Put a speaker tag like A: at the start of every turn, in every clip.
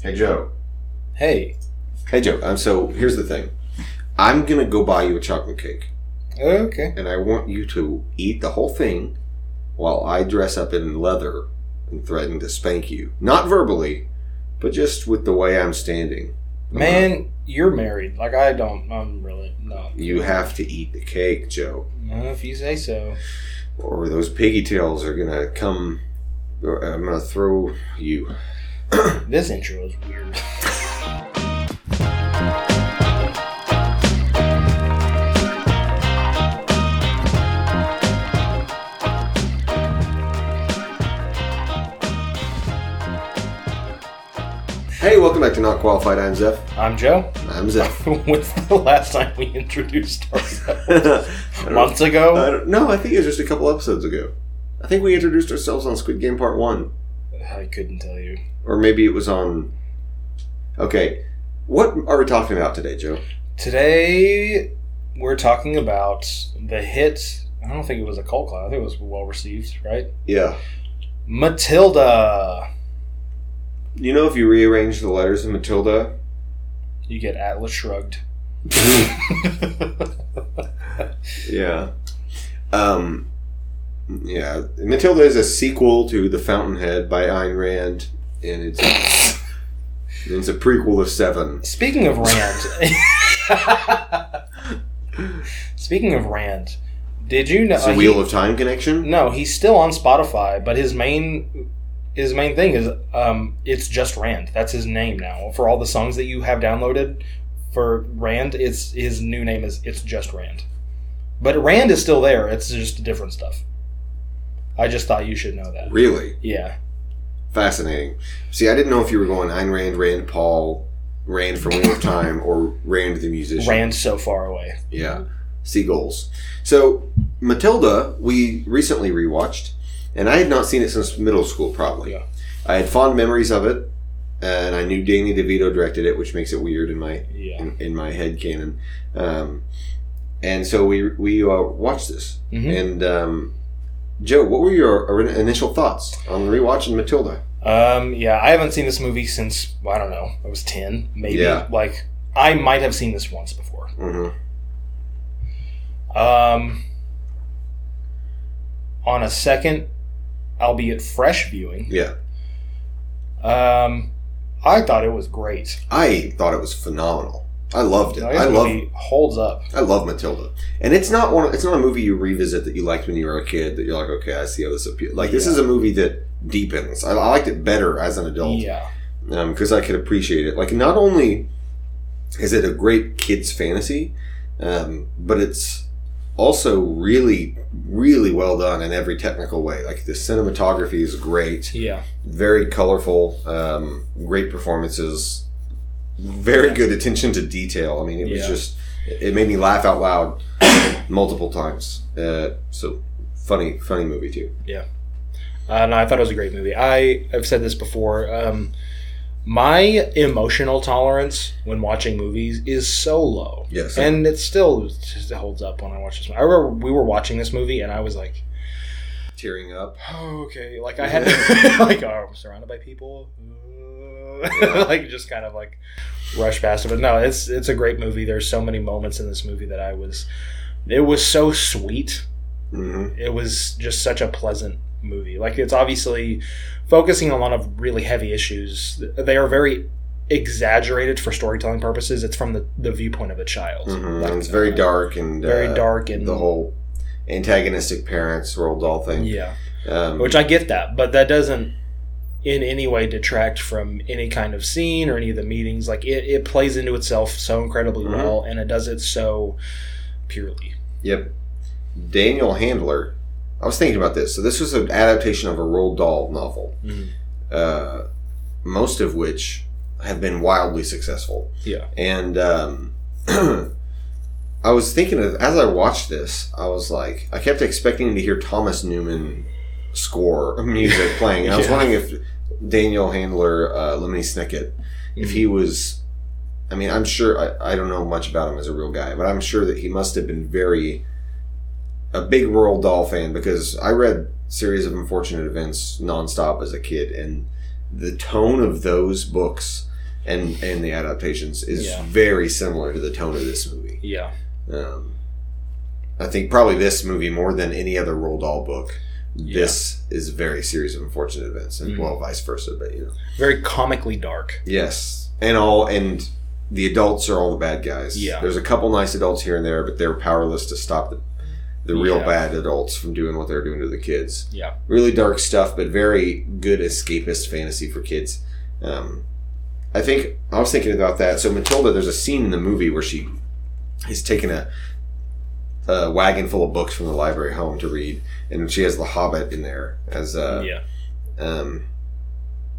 A: Hey Joe.
B: Hey.
A: Hey Joe. Um, so here's the thing. I'm gonna go buy you a chocolate cake,
B: Okay.
A: and I want you to eat the whole thing, while I dress up in leather and threaten to spank you. Not verbally, but just with the way I'm standing. Uh,
B: Man, you're married. Like, I don't. I'm really not.
A: You have to eat the cake, Joe.
B: No, if you say so.
A: or those piggy tails are gonna come. or I'm gonna throw you.
B: This intro is weird.
A: Hey, welcome back to Not Qualified. I'm Zeph.
B: I'm Joe.
A: I'm Zeph.
B: When's the last time we introduced ourselves?
A: I don't-
B: Months
A: I
B: ago?
A: don't- no, I think it was just a couple episodes ago. I think we introduced ourselves on Squid Game Part One,
B: I couldn't tell you.
A: or maybe it was on. Okay, what are we talking about today, Joe?
B: Today, we're talking about the hit. I don't think it was a cult classic. I think it was well received, right?
A: Yeah,
B: Matilda.
A: you know if you rearrange the letters in Matilda,
B: You get Atlas shrugged.
A: yeah, um, yeah, Matilda is a sequel to The Fountainhead by Ayn Rand, and it's it's a prequel of Seven.
B: Speaking of Rand. Speaking of Rand, did you know?
A: It's a
B: Uh, he-
A: Wheel of Time connection.
B: no, he's still on Spotify, but his main his main thing is um, it's just Rand. That's his name now for all the songs that you have downloaded. For Rand, it's his new name is it's just Rand. But Rand is still there. It's just different stuff. I just thought you should know that.
A: Really.
B: Yeah.
A: Fascinating. See, I didn't know if you were going Ayn Rand, Rand Paul, Rand from Wheel of Time, or Rand the musician.
B: Rand so far away.
A: Yeah. Seagulls. So, Matilda, we recently rewatched, and I had not seen it since middle school, probably.
B: Yeah.
A: I had fond memories of it, and I knew Danny DeVito directed it, which makes it weird in my
B: Yeah.
A: in, in my head canon. Um, and so we we uh, watched this,
B: Mhm.
A: and um, Joe, what were your or- initial thoughts on rewatching Matilda?
B: Um, yeah, I haven't seen this movie since well, I don't know. I was ten, maybe.
A: Yeah.
B: Like I might have seen this once before.
A: Mm-hmm.
B: Um, on a second, albeit fresh viewing,
A: Yeah.
B: um, I thought it was great.
A: I thought it was phenomenal. I loved it.
B: Now,
A: I
B: this
A: love
B: movie holds up.
A: I love Matilda. And it's not one it's not a movie you revisit that you liked when you were a kid that you're like, okay, I see how this appeals. Like this
B: Yeah.
A: is a movie that deepens. I, I liked it better as an adult
B: Yeah,
A: because I could appreciate it. Like not only is it a great kids fantasy, um, but it's also really really well done in every technical way. Like the cinematography is great
B: yeah.
A: very colorful, um, great performances, very good attention to detail. I mean, it was
B: Yeah.
A: just it made me laugh out loud multiple times. Uh, so funny, funny movie too.
B: Uh, no, I thought it was a great movie. I have said this before. Um, my emotional tolerance when watching movies is so low.
A: Yes,
B: and it still just holds up when I watch this. Movie. I remember we were watching this movie, and I was like,
A: tearing up.
B: oh, "Okay," like I had to, like, "Oh, I'm surrounded by people," Uh,
A: Yeah.
B: like just kind of like rush past it. But no, it's it's a great movie. There's so many moments in this movie that I was, it was so sweet.
A: hmm
B: It was just such a pleasant movie. Like it's obviously focusing on a lot of really heavy issues. They are very exaggerated for storytelling purposes. It's from the, the viewpoint of a child.
A: hmm
B: Like,
A: it's very
B: uh,
A: dark and
B: very
A: uh,
B: dark and
A: The whole antagonistic parents Roald Dahl thing.
B: yeah
A: Um,
B: which i get that but that doesn't in any way detract from any kind of scene or any of the meetings like it, it plays into itself so incredibly
A: Mhm.
B: well and it does it so purely
A: Yep. Daniel Handler. I was thinking about this. So this was an adaptation of a Roald Dahl novel,
B: Mhm.
A: uh, most of which have been wildly successful.
B: Yeah.
A: And um, I was thinking of as I watched this, I was like, I kept expecting to hear Thomas Newman score music playing, and I was
B: Yeah.
A: wondering if Daniel Handler, uh, Lemony Snicket, if he was i mean i'm sure I, I don't know much about him as a real guy but i'm sure that he must have been very a big royal doll fan because i read series of unfortunate events nonstop as a kid and the tone of those books and and the adaptations is
B: Yeah.
A: very similar to the tone of this movie.
B: Yeah.
A: Um, I think probably this movie more than any other Roald Dahl book.
B: Yeah.
A: This is a very series of unfortunate events, and
B: Mhm.
A: well, vice versa. But you know,
B: Very comically dark.
A: yes, and all and the adults are all the bad guys.
B: Yeah.
A: there's a couple nice adults here and there, but they're powerless to stop the the real
B: Yeah.
A: bad adults from doing what they're doing to the kids.
B: Yeah.
A: really dark stuff, but very good escapist fantasy for kids. Um, I think I was thinking about that. So Matilda, there's a scene in the movie where she is taking a, a wagon full of books from the library home to read, and she has The Hobbit in there as uh,
B: yeah.
A: um,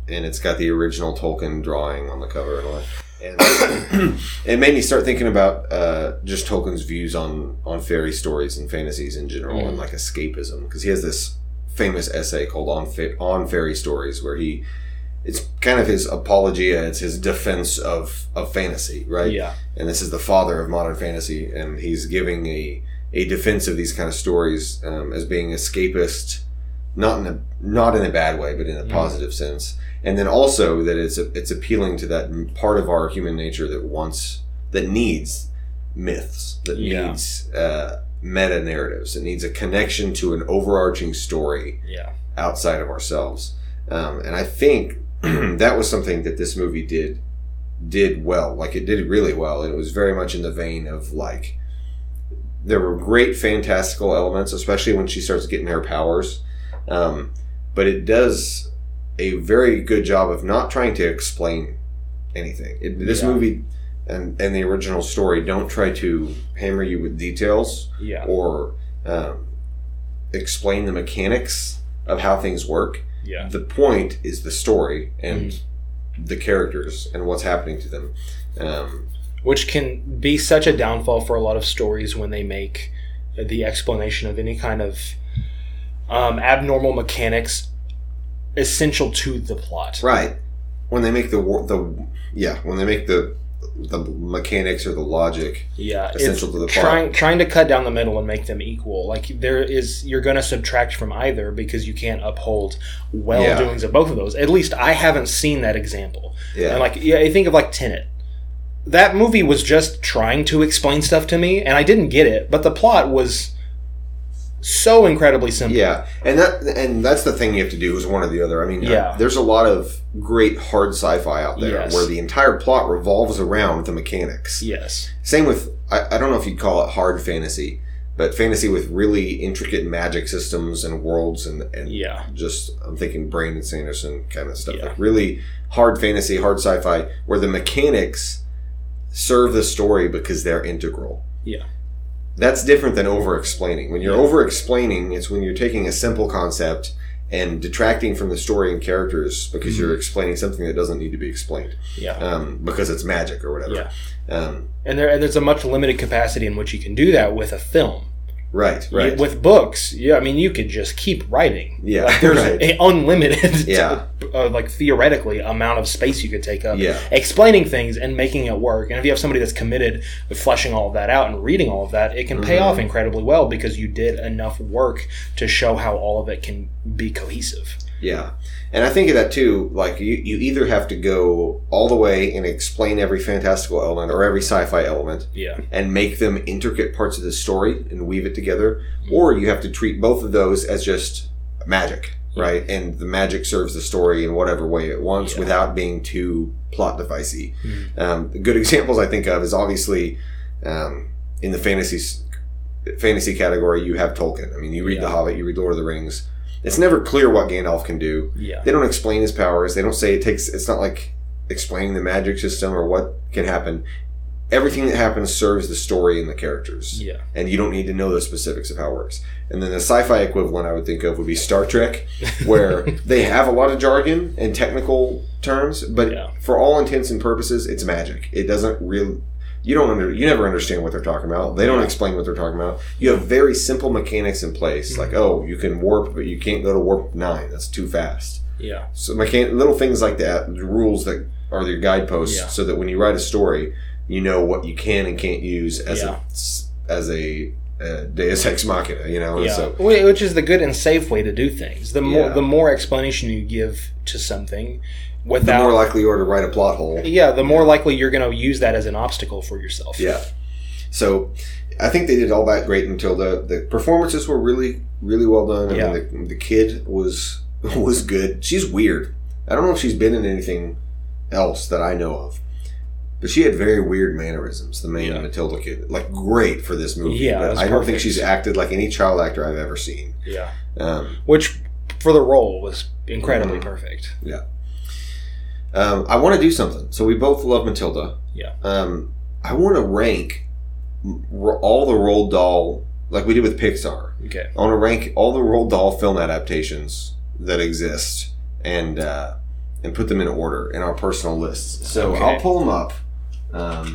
A: and it's got the original Tolkien drawing on the cover and all that. And it made me start thinking about uh, just Tolkien's views on on fairy stories and fantasies in general, and like escapism, because he has this famous essay called "On Fa- On Fairy Stories," where he it's kind of his apologia, it's his defense of of fantasy, right?
B: Yeah.
A: and this is the father of modern fantasy, and he's giving a a defense of these kind of stories um, as being escapist, not in a not in a bad way, but in a
B: Mhm.
A: positive sense, and then also that it's it's appealing to that m- part of our human nature that wants that needs myths, that
B: Yeah.
A: needs uh, meta narratives, it needs a connection to an overarching story
B: Yeah.
A: outside of ourselves. Um, and I think that was something that this movie did did well. Like it did really well, and it was very much in the vein of like there were great fantastical elements, especially when she starts getting her powers. Um, but it does a very good job of not trying to explain anything. It, this
B: Yeah.
A: movie and and the original story don't try to hammer you with details
B: Yeah.
A: or um, explain the mechanics of how things work.
B: Yeah.
A: The point is the story and
B: Mm-hmm.
A: the characters and what's happening to them. Um,
B: Which can be such a downfall for a lot of stories when they make the explanation of any kind of um, abnormal mechanics essential to the plot.
A: right when they make the war, the yeah when they make the the mechanics or the logic
B: Yeah. It's
A: essential to the plot.
B: trying trying to cut down the middle and make them equal. Like there is you're going to subtract from either because you can't uphold well
A: Yeah.
B: doings of both of those. At least I haven't seen that example.
A: yeah,
B: And like, yeah, I think of like Tenet. That movie was just trying to explain stuff to me, and I didn't get it. But the plot was so incredibly simple.
A: Yeah, and that and that's the thing you have to do is one or the other. I mean,
B: Yeah.
A: there's a lot of great hard sci-fi out there
B: Yes.
A: where the entire plot revolves around the mechanics.
B: Yes.
A: Same with I, I don't know if you'd call it hard fantasy, but fantasy with really intricate magic systems and worlds and and
B: Yeah.
A: just I'm thinking Brandon Sanderson kind of stuff.
B: Yeah.
A: Like really hard fantasy, hard sci-fi, where the mechanics serve the story because they're integral.
B: Yeah.
A: That's different than over explaining. When you're
B: Yeah.
A: over explaining, it's when you're taking a simple concept and detracting from the story and characters because
B: Mhm.
A: you're explaining something that doesn't need to be explained
B: Yeah.
A: um, because it's magic or whatever. Um,
B: And there and there's a much limited capacity in which you can do that with a film.
A: right, right.
B: You- with books, yeah, I mean, you could just keep writing.
A: Yeah,
B: Like, there's
A: right.
B: a unlimited,
A: Yeah.
B: uh, like theoretically, amount of space you could take up.
A: Yeah.
B: Explaining things and making it work. And if you have somebody that's committed to fleshing all of that out and reading all of that, it can pay
A: Mhm.
B: off incredibly well because you did enough work to show how all of it can be cohesive.
A: Yeah. And I think of that too, like you, you either have to go all the way and explain every fantastical element or every sci fi element
B: Yeah.
A: and make them intricate parts of the story and weave it together, or you have to treat both of those as just magic, right? And the magic serves the story in whatever way it wants
B: Yeah.
A: without being too plot devicey.
B: Mhm.
A: Um, the good examples I think of is obviously um, in the fantasy s- fantasy category. You have Tolkien. I mean, you read
B: Yeah.
A: The Hobbit, you read Lord of the Rings. It's never clear what Gandalf can do
B: Yeah.
A: they don't explain his powers. They don't say it takes. It's not like explaining the magic system or what can happen. Everything that happens serves the story and the characters,
B: Yeah.
A: and you don't need to know the specifics of how it works. And then the sci-fi equivalent I would think of would be Star Trek, where they have a lot of jargon and technical terms, but
B: Yeah.
A: for all intents and purposes, it's magic. It doesn't really. You don't under, you never understand what they're talking about. They don't
B: Yeah.
A: explain what they're talking about. You have very simple mechanics in place,
B: Mm-hmm.
A: like oh, you can warp, but you can't go to warp nine. That's too fast.
B: Yeah.
A: So mechan- little things like that, the rules that are your guideposts,
B: Yeah.
A: so that when you write a story, you know what you can and can't use as
B: Yeah.
A: a as a uh, Deus Ex Machina, you know.
B: Yeah.
A: So
B: Wh- Which is the good and safe way to do things. The more
A: Yeah.
B: the more explanation you give to something,
A: the
B: without
A: more likely you are to write a plot hole.
B: yeah, the more likely you're going to use that as an obstacle for yourself.
A: Yeah. So I think they did all that great until the the performances were really really well done. I mean,
B: Yeah.
A: the, the kid was was good. She's weird. I don't know if she's been in anything else that I know of. But she had very weird mannerisms, the main
B: Yeah.
A: Matilda kid. Like great for this movie.
B: Yeah, it
A: But
B: was
A: I don't think
B: perfect.
A: she's acted like any child actor I've ever seen.
B: yeah.
A: Um,
B: Which for the role was incredibly
A: Mhm.
B: perfect.
A: um, I want to do something. So we both love Matilda.
B: Yeah.
A: Um, I want to rank r- all the Roald Dahl like we did with Pixar.
B: Okay.
A: I want to rank all the Roald Dahl film adaptations that exist and uh, and put them in order in our personal lists. So
B: Okay.
A: I'll pull them up. Um,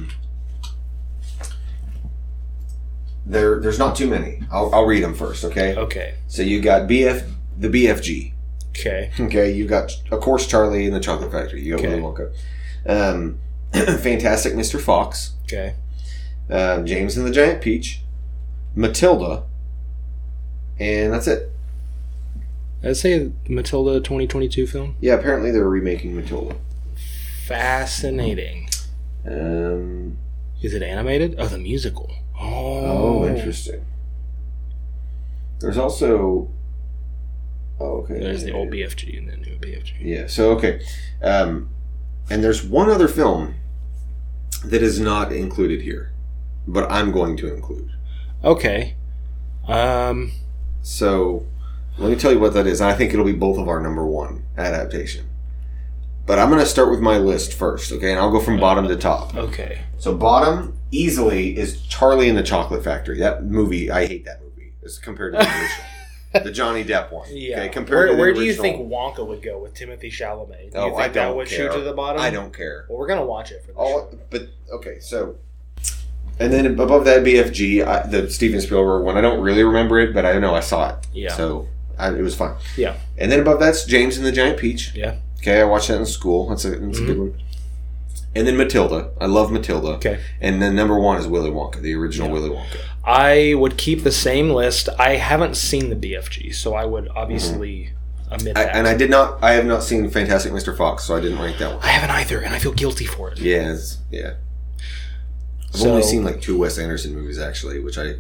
A: there, there's not too many. I'll, I'll read them first, okay?
B: Okay.
A: So you got BF, the BFG.
B: Okay.
A: Okay, you got of course Charlie and the Chocolate Factory. You got
B: Okay.
A: Willy Wonka, um, Fantastic Mr. Fox,
B: Okay.
A: um, James and the Giant Peach, Matilda, and that's it.
B: I'd say Matilda 2022 film.
A: Yeah, apparently they're remaking Matilda.
B: Fascinating.
A: Um,
B: Is it animated? Oh, the musical.
A: oh,
B: Oh,
A: interesting. There's also. Oh, okay.
B: There's the old BFG and the new BFG.
A: Yeah. So okay, um, and there's one other film that is not included here, but I'm going to include.
B: Okay. Um.
A: So let me tell you what that is. I think it'll be both of our number one adaptation. But I'm going to start with my list first, okay? And I'll go from bottom to top.
B: Okay.
A: So bottom easily is Charlie and the Chocolate Factory. That movie, I hate that movie. It's compared to the original, the Johnny Depp one.
B: Yeah.
A: Okay, compared
B: where
A: to the
B: where do you
A: original,
B: think Wonka would go with Timothy Chalamet? Do
A: Oh,
B: you think
A: I
B: that
A: don't
B: would
A: care.
B: shoot to the bottom?
A: I don't Oh, care.
B: Well, we're gonna watch it for the
A: All,
B: show.
A: but okay, so and then above that BFG, I, the Steven Spielberg one. I don't really remember it, but I know I saw it.
B: Yeah.
A: So I, it was fun.
B: Yeah.
A: And then above that's James and the Giant Peach.
B: Yeah. Mm-hmm.
A: Okay, I watched that in school. That's a, that's a good one. And then Matilda. I love Matilda.
B: Okay.
A: And then number one is Willy Wonka, the original
B: Yeah.
A: Willy Wonka.
B: I would keep the same list. I haven't seen the BFG, so I would obviously omit
A: I,
B: that.
A: and I did not. I have not seen Fantastic Mr. Fox, so I didn't rank that one.
B: I haven't either, and I feel guilty for it.
A: Yeah, it's- yeah. I've
B: So-
A: only seen like two Wes Anderson movies actually, which I
B: Yeah.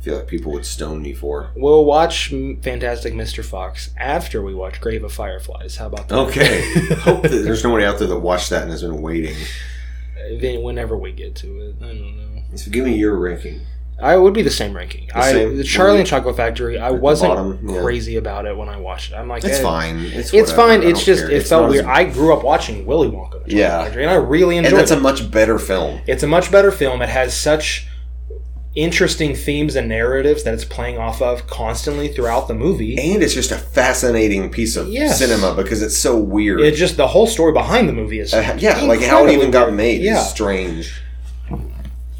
A: feel like people would stone me for.
B: We'll watch M- Fantastic Mr. Fox after we watch Grave of Fireflies. How about that?
A: Okay. Hope that there's nobody out there that watched that and has been waiting.
B: then whenever we get to it, I don't know.
A: So give me your ranking.
B: I would be the same ranking. I
A: same?
B: the Charlie
A: Would
B: and Chocolate Factory. I
A: the
B: wasn't
A: bottom, yeah.
B: crazy about it when I watched it. I'm like,
A: It's
B: eh,
A: fine. It's,
B: It's
A: whatever.
B: fine.
A: I
B: It's
A: don't
B: just
A: care.
B: it
A: It's
B: felt
A: not
B: weird.
A: as-
B: I grew up watching Willy Wonka, and the Chocolate
A: Yeah.
B: Factory, and I really
A: and
B: enjoyed.
A: that's
B: it.
A: a much better film.
B: it's a much better film. It has such interesting themes and narratives that it's playing off of constantly throughout the movie.
A: And it's just a fascinating piece of
B: Yes.
A: cinema because it's so weird.
B: It just the whole story behind the movie is
A: Uh, yeah, like how it
B: incredibly
A: even got
B: weird.
A: made
B: Yeah.
A: is strange.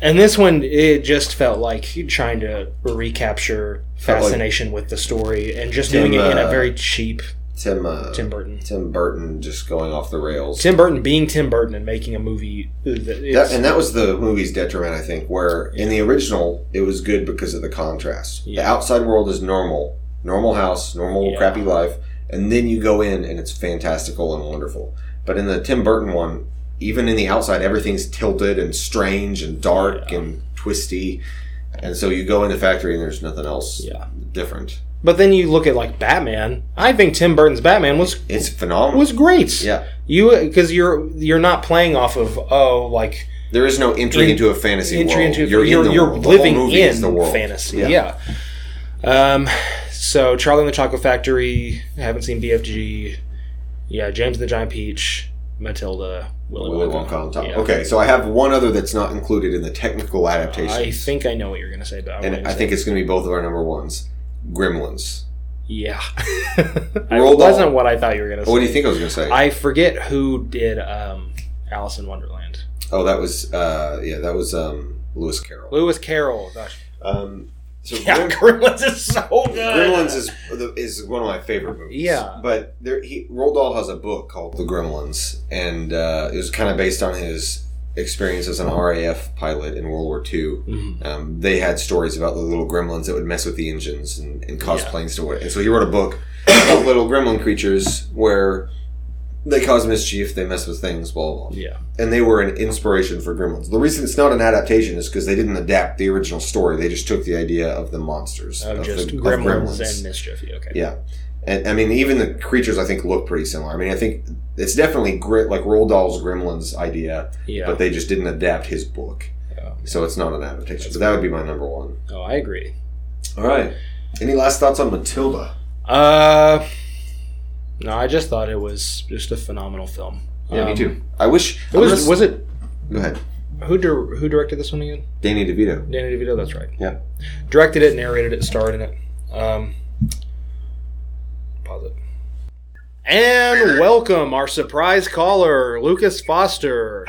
B: And this one, it just felt like trying to recapture
A: Felt like-
B: fascination with the story and just
A: Tim,
B: doing it in a
A: uh,
B: very cheap
A: Tim uh,
B: Tim
A: Tim,
B: Burton.
A: Burton just going off the rails.
B: Tim Burton being Tim Burton and making a movie. That
A: That-
B: is,
A: and that was the movie's detriment, I think, where in the original it was good because of the contrast. The
B: Yeah.
A: outside world is normal, normal house, normal
B: Yeah.
A: crappy life, and then you go in and it's fantastical and wonderful. But in the Tim Burton one, even in the outside, everything's tilted and strange and dark
B: Yeah.
A: and twisty, and so you go in the factory and there's nothing else
B: yeah.
A: different.
B: But then you look at like Batman. I think Tim Burton's Batman was
A: It's phenomenal.
B: was great.
A: yeah,
B: You because you're you're not playing off of oh like
A: there is no entry
B: In-
A: into a fantasy
B: entry
A: world.
B: into
A: you're
B: you're
A: in
B: you're,
A: the world. The whole
B: living
A: movie
B: in
A: is the world.
B: fantasy.
A: Yeah.
B: Yeah. Um. So Charlie and the Chocolate Factory. I haven't seen BFG. Yeah, James and the Giant Peach, Matilda, Willy,
A: Willy
B: Wonka.
A: Wonka on top.
B: Yeah.
A: Okay, so I have one other that's not included in the technical adaptation,
B: I think I know what you're gonna say, but I'm
A: and
B: gonna
A: I
B: say-
A: think it's going to be both of our number ones. Gremlins.
B: yeah,
A: Roll
B: it
A: Dahl.
B: wasn't what I thought you were gonna say.
A: What do you think I was going to say?
B: I forget who did um, Alice in Wonderland.
A: oh, that was uh, yeah, that was um, Lewis Carroll.
B: Lewis Carroll. Gosh.
A: Um, so
B: Yeah,
A: Grem-
B: Gremlins is so good.
A: Gremlins is the- is one of my favorite movies.
B: Yeah.
A: but there, he Roald Dahl has a book called The Gremlins, and uh, it was kind of based on his experience as an RAF pilot in World War II,
B: Mhm.
A: um, they had stories about the little gremlins that would mess with the engines and, and cause
B: Yeah.
A: planes to. And so he wrote a book about little gremlin creatures where they cause mischief, they mess with things, blah blah. blah.
B: Yeah.
A: And they were an inspiration for gremlins. The reason it's not an adaptation is because they didn't adapt the original story. They just took the idea of the monsters
B: Of
A: of
B: just
A: the- of
B: gremlins, and mischief. Yeah, Okay.
A: yeah. And I mean, even the creatures I think look pretty similar. I mean, I think it's definitely grit like Roald Dahl's Gremlins idea,
B: Yeah. um,
A: but they just didn't adapt his book,
B: Yeah.
A: so it's not an adaptation. So that would be my number one.
B: Oh, I agree.
A: All right. Any last thoughts on Matilda?
B: Uh, no, I just thought it was just a phenomenal film. Um,
A: I wish
B: It was
A: unless-
B: was it
A: go ahead,
B: who dir- who directed this one again?
A: Danny DeVito.
B: Danny DeVito. That's right.
A: Yeah.
B: Directed it, narrated it, starred in it. Um, pause it. And welcome our surprise caller, Lucas Foster.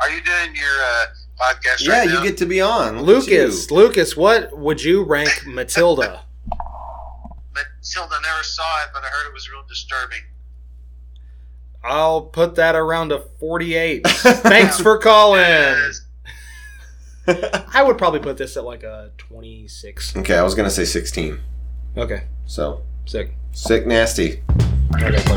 C: Are you doing your uh, podcast
A: Yeah,
C: right
A: you
C: now?
A: get to be on, Look at
B: Lucas, Lucas, what would you rank Matilda?
C: Matilda never saw it, but I heard it was real disturbing.
B: I'll put that around a 48. Thanks for calling.
C: Yes.
B: I would probably put this at like a 26.
A: you. Okay, I was gonna say sixteen.
B: Okay,
A: So
B: sick.
A: sick, nasty.
B: Okay,